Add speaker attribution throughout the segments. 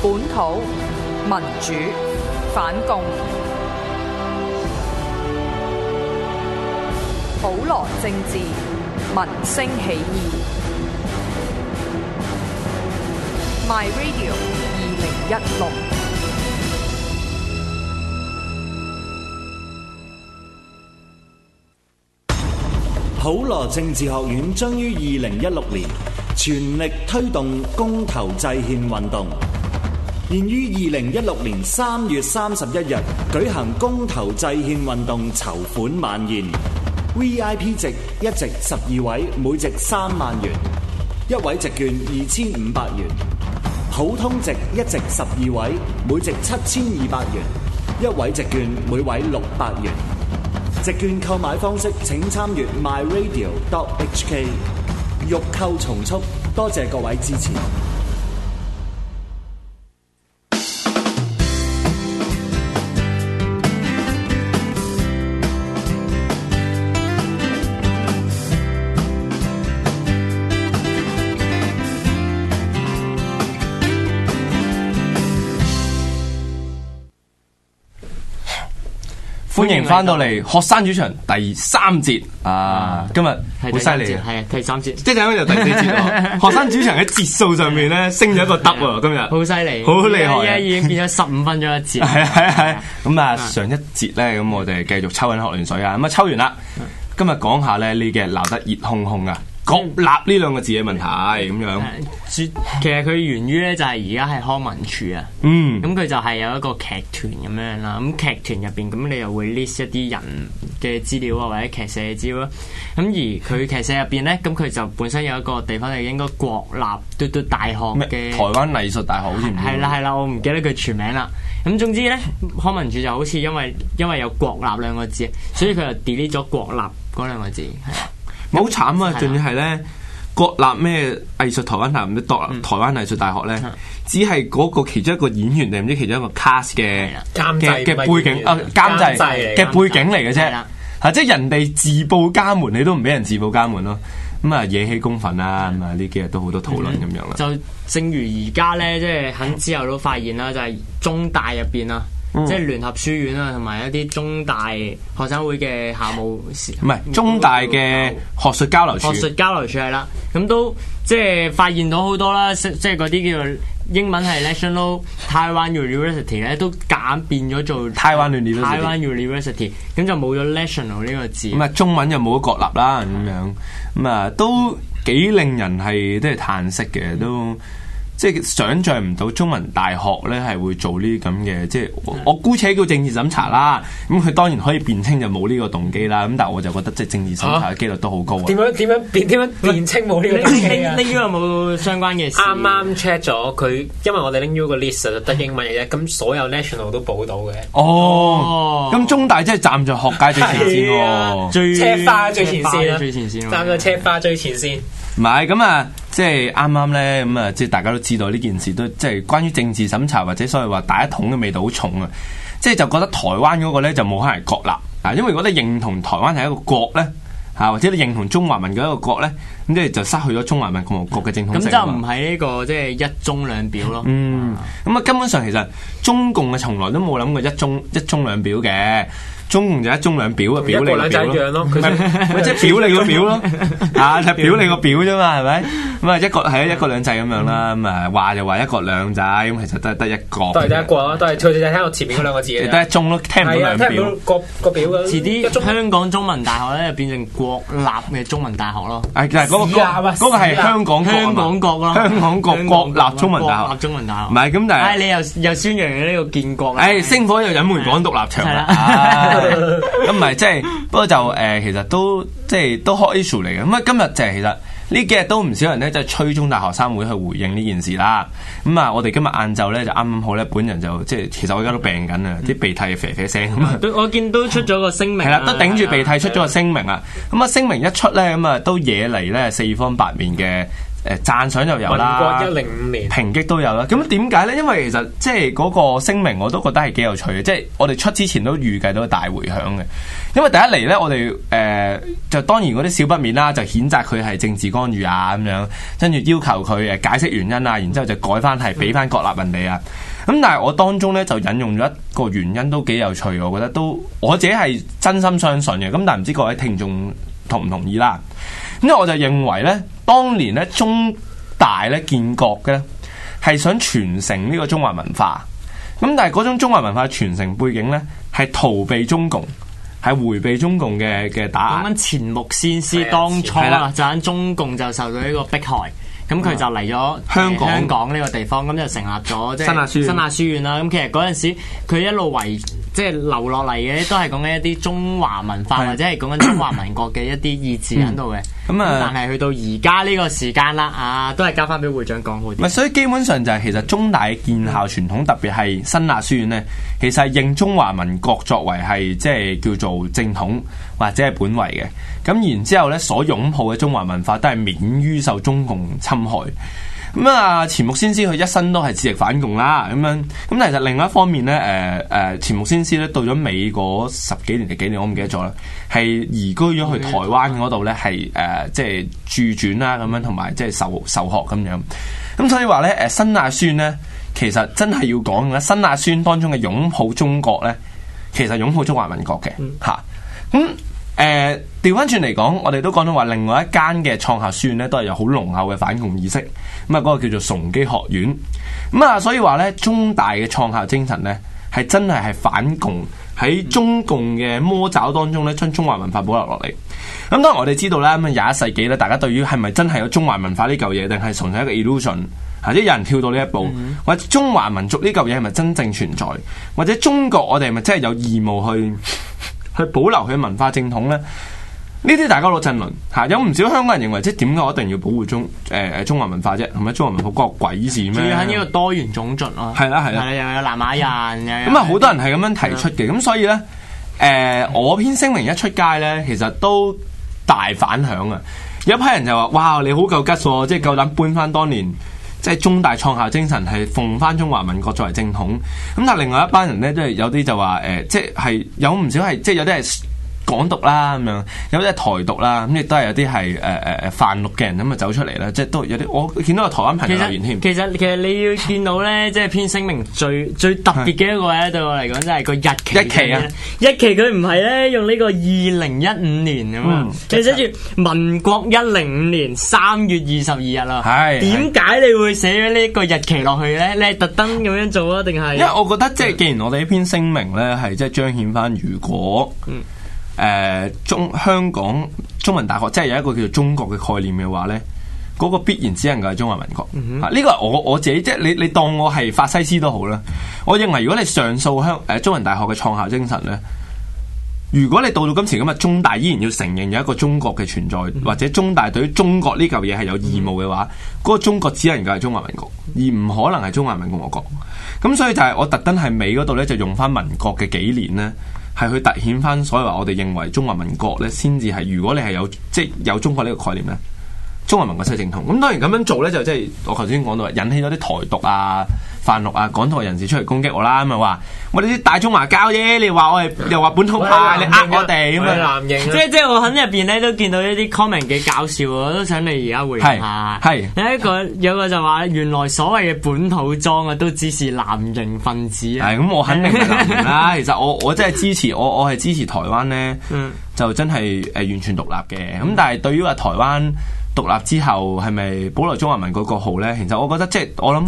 Speaker 1: 本土民主反共，普羅政治民聲起義。My Radio 二零一六。
Speaker 2: 普羅政治學院將於二零一六年全力推動公投制憲運動，現於二零一六年三月三十一日舉行公投制憲運動籌款晚宴，VIP 席一席十二位，每席三萬元，一位席券二千五百元；普通席一席十二位，每席七千二百元，一位席券每位六百元。直券購買方式請參閱 myradio.hk。欲購從速，多謝各位支持。
Speaker 3: 歡迎翻到嚟學生主場第三節啊！今日好犀利啊！
Speaker 4: 係啊，第三節
Speaker 3: 即係陣間就第四節啦。學生主場喺節數上面咧升咗一個得 喎，今日
Speaker 4: 啊好犀利，哎
Speaker 3: 好厲害啊
Speaker 4: 而家已經 變咗十五分鐘一節。
Speaker 3: 係啊係啊係啊！咁啊，上一節咧，咁我哋繼續抽緊學聯水啊。咁啊，抽完啦，
Speaker 4: 嗯
Speaker 3: 今日講下咧呢嘅鬧得熱烘烘啊，國立呢兩個字嘅問題咁樣。
Speaker 4: 誒主其實佢源於咧就係而家係康文署啊，
Speaker 3: 嗯，
Speaker 4: 咁佢就係有一個劇團咁樣啦，咁劇團入邊咁你又會 list 一啲人嘅資料啊，或者劇社嘅資料啦，咁而佢劇社入邊咧，咁佢就本身有一個地方係應該國立嘟嘟大學
Speaker 3: 咩
Speaker 4: 嘅
Speaker 3: 台灣藝術大學好似唔知
Speaker 4: 係啦係啦，我唔記得佢全名啦。咁總之咧，康文署就好似因為因為有國立兩個字，所以佢就 delete 咗國立嗰兩個字。
Speaker 3: 咪好慘啊！
Speaker 4: 係啊
Speaker 3: 仲要係咧，國立咩藝術台灣大學唔知國
Speaker 4: 嗯
Speaker 3: 立台灣藝術大學咧，只係嗰個其中一個演員定唔知其中一個 cast 嘅
Speaker 4: 係啊
Speaker 5: 監
Speaker 3: 嘅
Speaker 5: 製
Speaker 3: 嘅背景啊
Speaker 5: 唔係演員
Speaker 3: 監製
Speaker 5: 監
Speaker 3: 嘅
Speaker 5: 製嚟
Speaker 3: 背景嚟嘅
Speaker 4: 係
Speaker 3: 啫
Speaker 4: 啦，
Speaker 3: 嚇即係人哋自報家門，你都唔俾人自報家門咯。咁啊，惹起公憤啦，咁啊，呢幾日都好多討論咁樣啦。
Speaker 4: 就正如而家咧，即係喺之後都發現啦，就係、中大入邊啊，即係聯合書院啊，同埋一啲中大學生會嘅校務
Speaker 3: 唔
Speaker 4: 唔
Speaker 3: 係中大嘅
Speaker 4: 嗯
Speaker 3: 學術交流處
Speaker 4: 學，術交流處係啦，咁都即係發現到好多啦，即即係嗰啲叫做英文係 National Taiwan University 咧，都夾硬變咗做
Speaker 3: 台灣 University
Speaker 4: 台灣 University，咁就冇咗 national 呢個字。
Speaker 3: 咁啊，中文又冇咗國立啦，咁樣咁啊，都幾令人係即係嘆息
Speaker 5: 嗯
Speaker 3: 嘅，都即係想像唔到中文大學咧係會做呢啲咁嘅，即係
Speaker 5: 嗯
Speaker 3: 我我姑且叫政治審查啦。咁佢當然可以辯稱就冇呢個動機啦。咁但係我就覺得即係政治審查嘅機率都好高啊。
Speaker 5: 點樣點樣變點樣辨清冇呢
Speaker 4: 拎
Speaker 5: 個東西啊
Speaker 4: 拎？拎呢個有冇相關嘅事？
Speaker 5: 啱啱 check 咗佢，因為我哋拎 U 個 list 就得英文嘅啫，咁所有 national 都報到嘅。
Speaker 3: 哦
Speaker 4: 哦，
Speaker 3: 咁中大真係站在學界最前線
Speaker 5: 係啊
Speaker 3: 喎。
Speaker 4: 最
Speaker 5: 車花最前
Speaker 4: 車
Speaker 5: 線
Speaker 4: 花
Speaker 5: 啊！
Speaker 4: 最前線喎
Speaker 5: 站在車花最前線。
Speaker 3: 唔係咁啊，即係啱啱咧，咁啊，即係大家都知道呢件事都即係關於政治審查或者所謂話大一統嘅味道好重啊，即係就覺得台灣嗰個咧就冇可能係國立啊，因為如果你認同台灣係一個國咧。啊，或者你認同中華民國一個國咧，咁即係就失去咗中華民共和國嘅正統
Speaker 4: 咁
Speaker 3: 性啊
Speaker 4: 就
Speaker 3: 嘛
Speaker 4: 唔係呢個即係一中兩表咯。
Speaker 3: 嗯，咁啊，根本上其實中共嘅從來都冇諗過一中一中兩表嘅，中共就一中兩表嘅表你個表
Speaker 5: 一國兩制一樣咯佢
Speaker 3: 咪咪即係表你個表咯，啊，就表你個表啫嘛，係咪？咁啊，一國係一國兩制咁樣啦，咁啊話就話一國兩制，咁其實都係得一國，
Speaker 5: 都係得一 個啦，都係佢哋就聽我前面嗰兩個字嘅
Speaker 3: 亦
Speaker 5: 啫
Speaker 3: 得一中咯，聽唔到
Speaker 5: 係啊，
Speaker 3: 兩
Speaker 5: 聽唔
Speaker 3: 表
Speaker 5: 到。個個表嘅。
Speaker 4: 遲
Speaker 5: 一中
Speaker 4: 啲香港中文大學咧就變成國立嘅中文大學咯。
Speaker 3: 係，但係嗰個
Speaker 5: 市立啊
Speaker 3: 嗰個係
Speaker 5: 市立
Speaker 3: 香港國啊
Speaker 4: 香
Speaker 3: 嘛
Speaker 4: 港國咯，
Speaker 3: 香港國國立中文大
Speaker 4: 國
Speaker 3: 學
Speaker 4: 立，中文大
Speaker 3: 唔
Speaker 4: 學。
Speaker 3: 係咁，但係
Speaker 4: 唉，。你又又宣揚咗呢個建國啦。
Speaker 3: 誒，
Speaker 4: 啊
Speaker 3: 哎星火又隱瞞港獨立場啦，
Speaker 4: 係
Speaker 3: 啊 咁唔係即係，不過就誒，其實都即係都 hot issue 嚟嘅。咁啊，今日就係其實呢幾日都唔少人咧，即係催中大學生會去回應呢件事啦。咁啊，我哋今日晏晝咧就啱啱好咧，本人就即係其實我而家都病緊
Speaker 5: 嗯
Speaker 3: 啊，啲鼻涕啡啡聲咁啊。
Speaker 4: 都我見都出咗個聲明
Speaker 3: 係
Speaker 4: 啦
Speaker 3: 啦，，
Speaker 5: 嗯
Speaker 3: 都頂住鼻涕出咗個聲明啊！咁啊，聲明一出咧，咁啊都惹嚟咧四方八面嘅誒讚賞就有啦，
Speaker 5: 民國一零五年
Speaker 3: 抨擊都有啦。咁點解呢？因為其實即係嗰個聲明我都覺得係幾有趣嘅，即係我哋出之前都預計到大回響嘅。因為第一嚟呢，我哋誒、呃就當然嗰啲少不免啦，就譴責佢係政治干預啊咁樣，跟住要求佢誒解釋原因啊，然之後就改翻係俾翻國立人哋啊。咁但係我當中呢，就引用咗一個原因都幾有趣，我覺得都我自己係真心相信嘅。咁但係唔知各位聽眾同唔同意啦？咁咧我就認為咧，當年咧中大咧建國嘅咧，係想傳承呢個中華文化。咁但係嗰種中華文化傳承背景咧，係逃避中共，係迴避中共嘅嘅打
Speaker 4: 講
Speaker 3: 壓。
Speaker 4: 緊錢穆先
Speaker 5: 係
Speaker 4: 師
Speaker 5: 啊
Speaker 4: 當初
Speaker 3: 係啦啊
Speaker 4: 啦，就喺中共就受到呢個迫害。咁佢就嚟咗
Speaker 3: 香港
Speaker 4: 呃香港呢個地方，咁就成立咗即係
Speaker 3: 新亞書院
Speaker 4: 新亞書院啦。咁其實嗰陣時，佢一路維即係留落嚟嘅，都係講緊一啲中華文化
Speaker 3: 係
Speaker 4: 或者係講緊中華民國嘅一啲意志喺度嘅。
Speaker 3: 嗯咁啊
Speaker 4: 但係去到而家呢個時間啦，啊，都係交翻俾會長講好
Speaker 3: 咪
Speaker 4: 啲。
Speaker 3: 所以基本上就係其實中大嘅建校傳統，特別係新亞書院咧，其實係認中華民國作為係即係叫做正統或者係本位嘅。咁然之後咧，所擁抱嘅中華文化都係免於受中共侵害。咁啊，錢穆先師佢一生都係致力反共啦，咁樣。咁但係其實另外一方面咧，誒、誒，錢穆先師咧到咗美嗰十幾年定幾年，我唔記得咗啦，係移居咗去台灣嗰度咧，係誒、即係駐轉啦，咁樣同埋即係受受學咁樣。咁所以話咧，誒新亞孫咧，其實真係要講嘅，新亞孫當中嘅擁抱中國咧，其實擁抱中華民國嘅嚇。咁誒調翻轉嚟講，我哋都講到話，另外一間嘅創校書院咧，都係有好濃厚嘅反共意識。咁啊，嗰個叫做崇基學院。咁啊，所以話咧，中大嘅創校精神咧，係真係係反共喺中共嘅魔爪當中咧，將中華文化保留落嚟。咁當然我哋知道啦，咁啊廿一世紀咧，大家對於係咪真係有中華文化呢嚿嘢，定係純粹一個 illusion？或者有人跳到呢一步，或者中華民族呢嚿嘢係咪真正存在，或者中國我哋係咪真係有義務去 去保留佢文化正統呢？呢啲大家攞陣論嚇，有唔少香港人認為，即係點解我一定要保護中誒、呃、中華文化啫？同埋中華文化關我鬼事咩？
Speaker 4: 仲要喺呢個多元種族咯，
Speaker 3: 係啦係啦
Speaker 4: 係又有南亞人，又有
Speaker 3: 咁啊，好多人係咁樣提出
Speaker 4: 嗯
Speaker 3: 嘅，咁所以呢，誒、我篇聲明一出街呢，其實都大反響啊！有一批人就話：，哇，你好夠吉喎，即係夠膽搬翻當年。即係中大創校精神係奉翻中華民國作為正統，咁但係另外一班人呢，都係有啲就話誒、即係有唔少係即係有啲係港獨啦咁樣，有啲係台獨啦，咁亦都係有啲係誒誒誒泛綠嘅人咁啊走出嚟啦，即係都有啲我見到有台灣朋
Speaker 4: 其
Speaker 3: 友留
Speaker 4: 實
Speaker 3: 言添。
Speaker 4: 其實其實你要見到 咧，即係篇聲明最最特別嘅一個咧，對我嚟講真係個日期。
Speaker 3: 日期啊！
Speaker 4: 日期佢唔係咧用呢個二零一五年咁啊
Speaker 3: 嗯，
Speaker 4: 佢寫住民國一零五年三月二十二日啦。
Speaker 3: 係
Speaker 4: 點解你會寫咗呢個日期落去咧？你係特登咁樣做啊，定係？
Speaker 3: 因為我覺得即係既然我哋呢篇聲明咧係即係彰顯翻，如果誒、呃中香港中文大學即係有一個叫做中國嘅概念嘅話咧，嗰、個必然只能夠係中華民國。啊呢個係我我自己即係你你當我係法西斯都好啦。我認為如果你上訴香誒中文大學嘅創校精神咧。如果你到到今時今日，中大依然要承認有一個中國嘅存在，或者中大對於中國呢嚿嘢係有義務嘅話，嗰、個中國只能夠係中華民國，而唔可能係中華民共和國。咁所以就係我特登喺美嗰度咧，就用翻民國嘅幾年呢，係去突顯翻所謂話我哋認為中華民國咧，先至係如果你係有即係有中國呢個概念咧，中華民國先係正統。咁當然咁樣做咧，就即係我頭先講到引起咗啲台獨啊、泛綠啊、港獨人士出嚟攻擊我啦，咁啊話我哋啲大中華膠啫，你話我係又話本土派，你
Speaker 5: 啊
Speaker 3: 呃我哋咁樣。
Speaker 5: 男型
Speaker 4: 即係即係我喺入邊咧都見到一啲 comment 幾搞笑喎，我都想你而家回應下。
Speaker 3: 係
Speaker 4: 有一個有個就話原來所謂嘅本土裝啊，都只是南營分子啊。
Speaker 3: 係咁，我肯定係南寧 啦。其實我我真係支持我我係支持台灣咧，
Speaker 4: 嗯
Speaker 3: 就真係誒完全獨立嘅。咁但係對於話台灣獨立之後係咪保留中華民國國號咧？其實我覺得即係我諗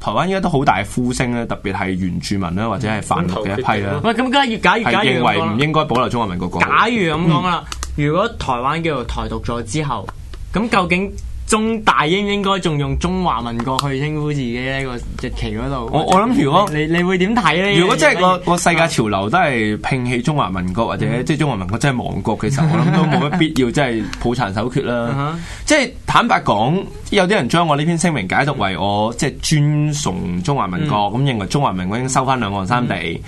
Speaker 3: 台灣依家都好大嘅呼聲咧，特別係原住民啦，或
Speaker 4: 嗯
Speaker 3: 者係泛綠嘅一批啦，
Speaker 4: 喂，咁梗係假如
Speaker 3: 係
Speaker 4: 假如
Speaker 3: 認
Speaker 4: 咁
Speaker 3: 為
Speaker 4: 講啦
Speaker 3: 唔應該保留中華民國國號。
Speaker 4: 假如咁講啦，如果台灣叫做台獨咗之後，咁究竟中大應唔應該仲用中華民國去稱呼自己呢個日期嗰度？
Speaker 3: 我我諗如果
Speaker 4: 你你會點睇呢？
Speaker 3: 如果真係個個世界潮流都係摒棄中華民國或者即係中華民國真係亡國嘅時候，我諗都冇乜必要真係抱殘守缺
Speaker 4: 嗯
Speaker 3: 啦
Speaker 4: 哼。
Speaker 3: 即係坦白講，有啲人將我呢篇聲明解讀為我即係尊崇中華民國，咁認為中華民國應該收翻兩岸三地。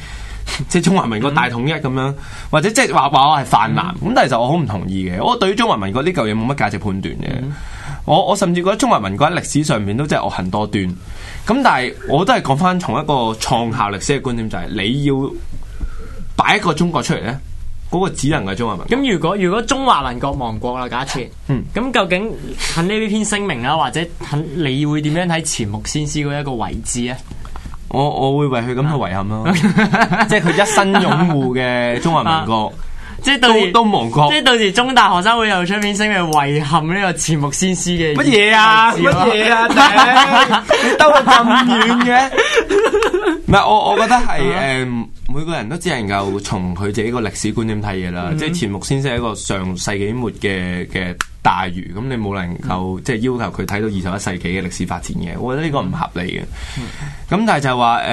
Speaker 3: 即係中華民國大統一咁樣，或者即係話話我係泛藍，咁但係其實我好唔同意嘅。我對於中華民國呢嚿嘢冇乜價值判斷嘅。我我甚至覺得中華民國喺歷史上面都真係惡行多端。咁但係我都係講翻從一個創校歷史嘅觀點，就係、你要擺一個中國出嚟咧，嗰、個只能係中華民國。
Speaker 4: 咁如果如果中華民國亡國啦，假設，
Speaker 3: 嗯
Speaker 4: 咁究竟喺呢篇聲明啦，或者喺你會點樣睇錢穆先師嗰一個位置咧？
Speaker 3: 我我會為佢感到遺憾 咯，即係佢一生擁護嘅中華民 國
Speaker 4: 即係到
Speaker 3: 都
Speaker 4: 時，
Speaker 3: 都亡國
Speaker 4: 即。係到時中大學生會又出篇聲明遺憾呢個錢穆先師嘅
Speaker 3: 乜嘢啊？
Speaker 4: 位置
Speaker 3: 乜
Speaker 4: 咯
Speaker 3: 嘢啊？頂 你兜到咁遠嘅？ 啊唔係，我我覺得係誒，每個人都只能夠從佢自己個歷史觀點睇嘢啦。即係錢穆先生係一個上世紀末嘅嘅大魚，咁你冇能夠即係要求佢睇到二十一世紀嘅歷史發展嘅，我覺得呢個唔合理嘅。咁但係就係話誒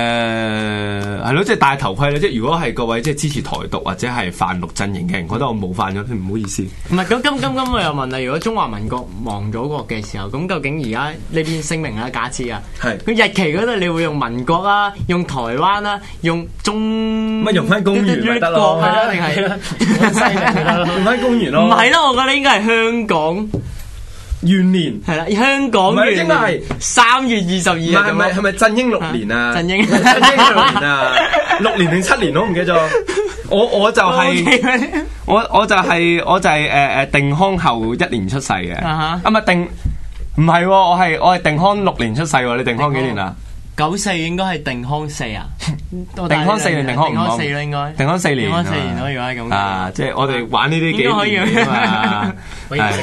Speaker 3: 係咯，即係戴頭盔啦。即係如果係各位即係支持台獨或者係泛綠陣營嘅人，覺得我冒犯咗，佢唔好意思。
Speaker 4: 唔係咁咁咁咁，我又問啦，如果中華民國亡咗國嘅時候，咁究竟而家呢篇聲明啦，假設啊，
Speaker 3: 係
Speaker 4: 佢日期嗰度你會用民國啦，用台灣啦，用中
Speaker 3: 咪用返公元咪得咯
Speaker 4: 國啊，定係
Speaker 3: 用翻公園
Speaker 4: 唔係啦？我覺得應該係香港
Speaker 3: 元年。
Speaker 4: 係啦，香港
Speaker 3: 唔係
Speaker 4: 元
Speaker 3: 應該係
Speaker 4: 三月二十二
Speaker 3: 唔
Speaker 4: 日
Speaker 3: 係係
Speaker 4: 咁
Speaker 3: 咪係
Speaker 4: 咯
Speaker 3: 咪振英六年啊？
Speaker 4: 振英
Speaker 3: 振英六年啊？ 六年定七年我唔記得咗。我我就係、
Speaker 4: OK
Speaker 3: 我我就係、我就係誒誒定康後一年出世嘅。啊
Speaker 4: 啊
Speaker 3: 唔係定唔係喎，我係我係定康六年出世喎。你定康幾年啊？
Speaker 4: 九四應該係定康四 啊，
Speaker 3: 定康四年定康
Speaker 4: 定
Speaker 3: 五
Speaker 4: 康
Speaker 3: 啊
Speaker 4: 四啦，應該
Speaker 3: 定康四年
Speaker 4: 定
Speaker 3: 啊嘛。
Speaker 4: 康四年咯，如果係咁
Speaker 3: 啊，即係我哋玩呢啲
Speaker 4: 應該可
Speaker 3: 幾
Speaker 4: 以
Speaker 3: 年啊嘛。
Speaker 5: 我已經唔識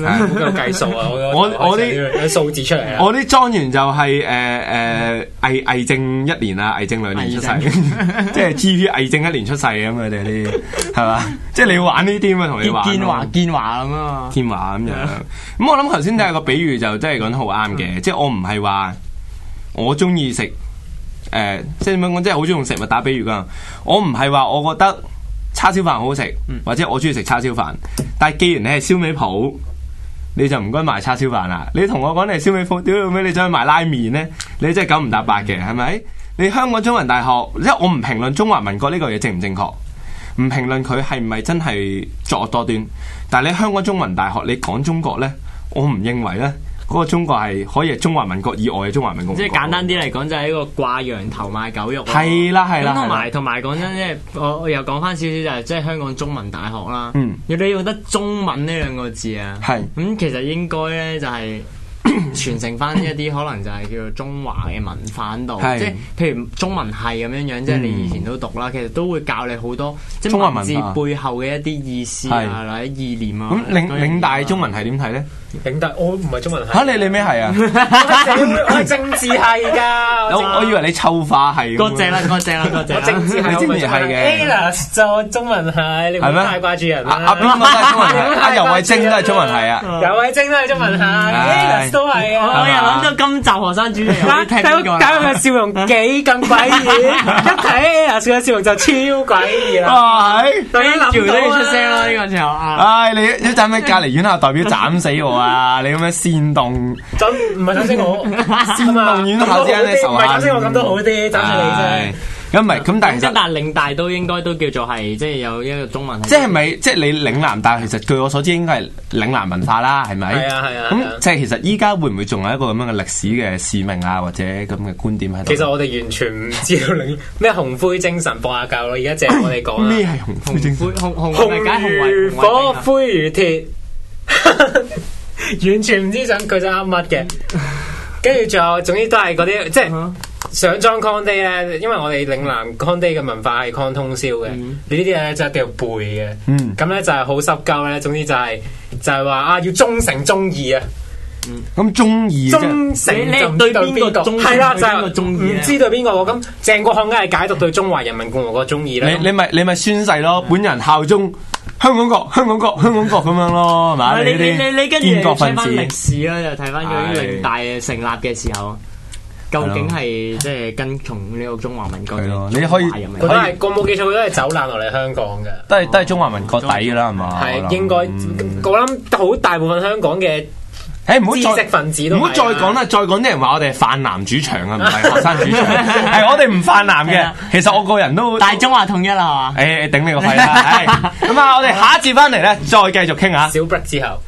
Speaker 5: 計啦，
Speaker 3: 係
Speaker 5: 好有計數啊！
Speaker 3: 我我
Speaker 5: 啲數字出嚟啦，
Speaker 3: 我啲莊園就係誒誒危危症一年啊，危症兩年出
Speaker 4: 危
Speaker 3: 世， 即係 G P 危症一年出世咁佢哋啲係嘛？即係你要玩呢啲嘛，同你玩咯
Speaker 4: 建建華建華咁啊嘛。
Speaker 3: 天話咁樣。咁我諗頭先都有個比喻就真係講得好啱嘅，即係我唔係話我中意食誒，即係點樣講，即係好中意用食物打比喻噶。我唔係話我覺得叉燒飯好好食，或者我中意食叉燒飯，但係既然你係燒味鋪。你就唔該賣叉燒飯啦！你同我講你係燒味鋪，屌你咩？你走去賣拉麵呢？你真係九唔搭八嘅，係咪？你香港中文大學，即係我唔評論中華民國呢個嘢正唔正確，唔評論佢係咪真係作惡多端。但係你香港中文大學，你講中國呢，我唔認為呢嗰、個中國係可以係中華民國以外嘅中華民國。
Speaker 4: 即係簡單啲嚟講，就係一個掛羊頭賣狗肉咯。
Speaker 3: 係啦係啦
Speaker 4: 咁同埋
Speaker 3: 係
Speaker 4: 同埋講真，即係我我又講翻少少就係即係香港中文大學啦。
Speaker 3: 嗯，
Speaker 4: 你用得中文呢兩個字啊。
Speaker 3: 係
Speaker 4: 咁其實應該咧就係 傳承翻一啲可能就係叫做中華嘅文化喺度，
Speaker 3: 係嗯
Speaker 4: 即係譬如中文系咁樣樣，即係你以前都讀啦，其實都會教你好多即
Speaker 3: 中
Speaker 4: 係
Speaker 3: 華
Speaker 4: 文字
Speaker 3: 文化
Speaker 4: 背後嘅一啲意思
Speaker 3: 係
Speaker 4: 啊，或者意念啊。
Speaker 3: 咁領
Speaker 4: 嗰樣嘢
Speaker 3: 領大
Speaker 4: 啊
Speaker 3: 中文係點睇呢？
Speaker 5: 領得我唔係中文系，
Speaker 3: 嚇、你你咩係啊？
Speaker 5: 我係社會我係政治系 㗎，
Speaker 3: 我我以為你臭化係咁樣。
Speaker 4: 多謝啦，多謝啦，多 謝啦。
Speaker 5: 我政治系，
Speaker 3: 你知唔知係嘅
Speaker 5: a l a s 就中文系，你唔
Speaker 3: 係
Speaker 5: 好
Speaker 3: 咩
Speaker 5: 太掛住人
Speaker 3: 阿
Speaker 5: 啦。
Speaker 3: 阿邊個都係 中文係，阿尤慧晶都係中文係啊。
Speaker 5: 尤慧晶都係中文系
Speaker 3: 嗯
Speaker 5: a l a s 都係
Speaker 4: 我
Speaker 5: 啊。
Speaker 4: 又諗到今集學生主 題，我都聽邊
Speaker 3: 啊
Speaker 4: 個
Speaker 5: 搞佢嘅笑容幾咁詭異，一睇 a l a s 嘅笑容就超詭異啦。
Speaker 3: 啊係。
Speaker 5: 咁樣
Speaker 4: 條都
Speaker 5: 諗到
Speaker 4: 要
Speaker 5: 啊
Speaker 4: 出聲啦，呢個時候啊。
Speaker 3: 唉，你一陣咩隔離院校代表斬死我啊！你 咁樣煽 動，
Speaker 5: 咁唔係首先 我啊先
Speaker 3: 煽動院校之間咧仇
Speaker 5: 唔係首先我
Speaker 3: 恨。
Speaker 5: 咁都好啲，斬死你啫
Speaker 3: 唉。。咁唔係咁，但係
Speaker 4: 咁
Speaker 3: 其實
Speaker 4: 但係領大都應該都叫做係即係有一個中文系，
Speaker 3: 即係咪即係你嶺南大學其實據我所知應該係嶺南文化啦，係咪？
Speaker 5: 係啊係啊係啊
Speaker 3: 咁即係其實依家會唔會仲有一個咁樣嘅歷史嘅使命啊，或者咁嘅觀點喺度？
Speaker 5: 其實我哋完全唔知道你咩紅灰精神博下教咯，而家借我嗯 哋講
Speaker 3: 咩
Speaker 5: 啦。
Speaker 3: 係紅灰
Speaker 4: 紅
Speaker 3: 精神？
Speaker 4: 灰紅紅
Speaker 5: 紅
Speaker 4: 紅解紅為啊
Speaker 5: 如火，灰 如鐵，完全唔知想佢想噏乜嘅。跟住仲有，總之都係嗰啲即
Speaker 4: 嗯
Speaker 5: 係上莊 con day 咧，因為我哋嶺南 con day 嘅文化係 con 通宵嘅，
Speaker 4: 嗯
Speaker 5: 你呢啲嘢咧就一定要背嘅。
Speaker 3: 嗯
Speaker 5: 咁咧就係好濕鳩咧，總之就係、就係、話啊，要忠誠忠義啊！
Speaker 3: 咁中意啫。
Speaker 5: 忠
Speaker 4: 你
Speaker 5: 誠
Speaker 4: 你
Speaker 5: 就唔
Speaker 4: 對
Speaker 5: 知對
Speaker 4: 邊個
Speaker 5: 邊個
Speaker 4: 忠
Speaker 5: 係啦，就
Speaker 4: 對邊個
Speaker 5: 係
Speaker 4: 忠義啊
Speaker 5: 唔
Speaker 4: 咧
Speaker 5: 知對邊個喎。咁鄭國漢梗係解讀對中華人民共和國忠義啦
Speaker 3: 你。你咪你咪宣誓咯，本人效忠香港國、香港國、香港國咁樣咯，係
Speaker 4: 唔
Speaker 3: 嘛？
Speaker 4: 係你你
Speaker 3: 呢
Speaker 4: 你
Speaker 3: 啊
Speaker 4: 你
Speaker 3: 啲
Speaker 4: 跟住
Speaker 3: 建
Speaker 4: 又
Speaker 3: 國
Speaker 4: 要
Speaker 3: 分
Speaker 4: 睇翻
Speaker 3: 子。
Speaker 4: 歷史啦，又睇翻佢
Speaker 3: 係
Speaker 4: 領大嘅成立嘅時候，究竟係即係跟從呢個中華民國
Speaker 3: 係咯
Speaker 4: 定
Speaker 3: 你可以
Speaker 4: 中華人民
Speaker 5: 佢
Speaker 4: 國
Speaker 5: 都係我冇記錯，佢都係走難落嚟香港嘅。
Speaker 3: 都係都係中華民國底㗎啦，係嘛？啊我
Speaker 5: 係
Speaker 3: 諗
Speaker 5: 應該，我諗好大部分香港嘅
Speaker 3: 誒唔
Speaker 5: 知
Speaker 3: 好
Speaker 5: 識
Speaker 3: 再
Speaker 5: 分子都啊
Speaker 3: 唔好再講啦，再講啲人話我哋係泛南主場啊，唔 係學生主 場，係我哋唔泛南
Speaker 4: 係
Speaker 3: 嘅
Speaker 4: 啊。
Speaker 3: 其實我個人都
Speaker 4: 大中華統一啦，係嘛？
Speaker 3: 誒頂你個肺啦！唉咁啊，我哋下一節翻嚟咧，再繼續傾下。
Speaker 5: 小 break 之後。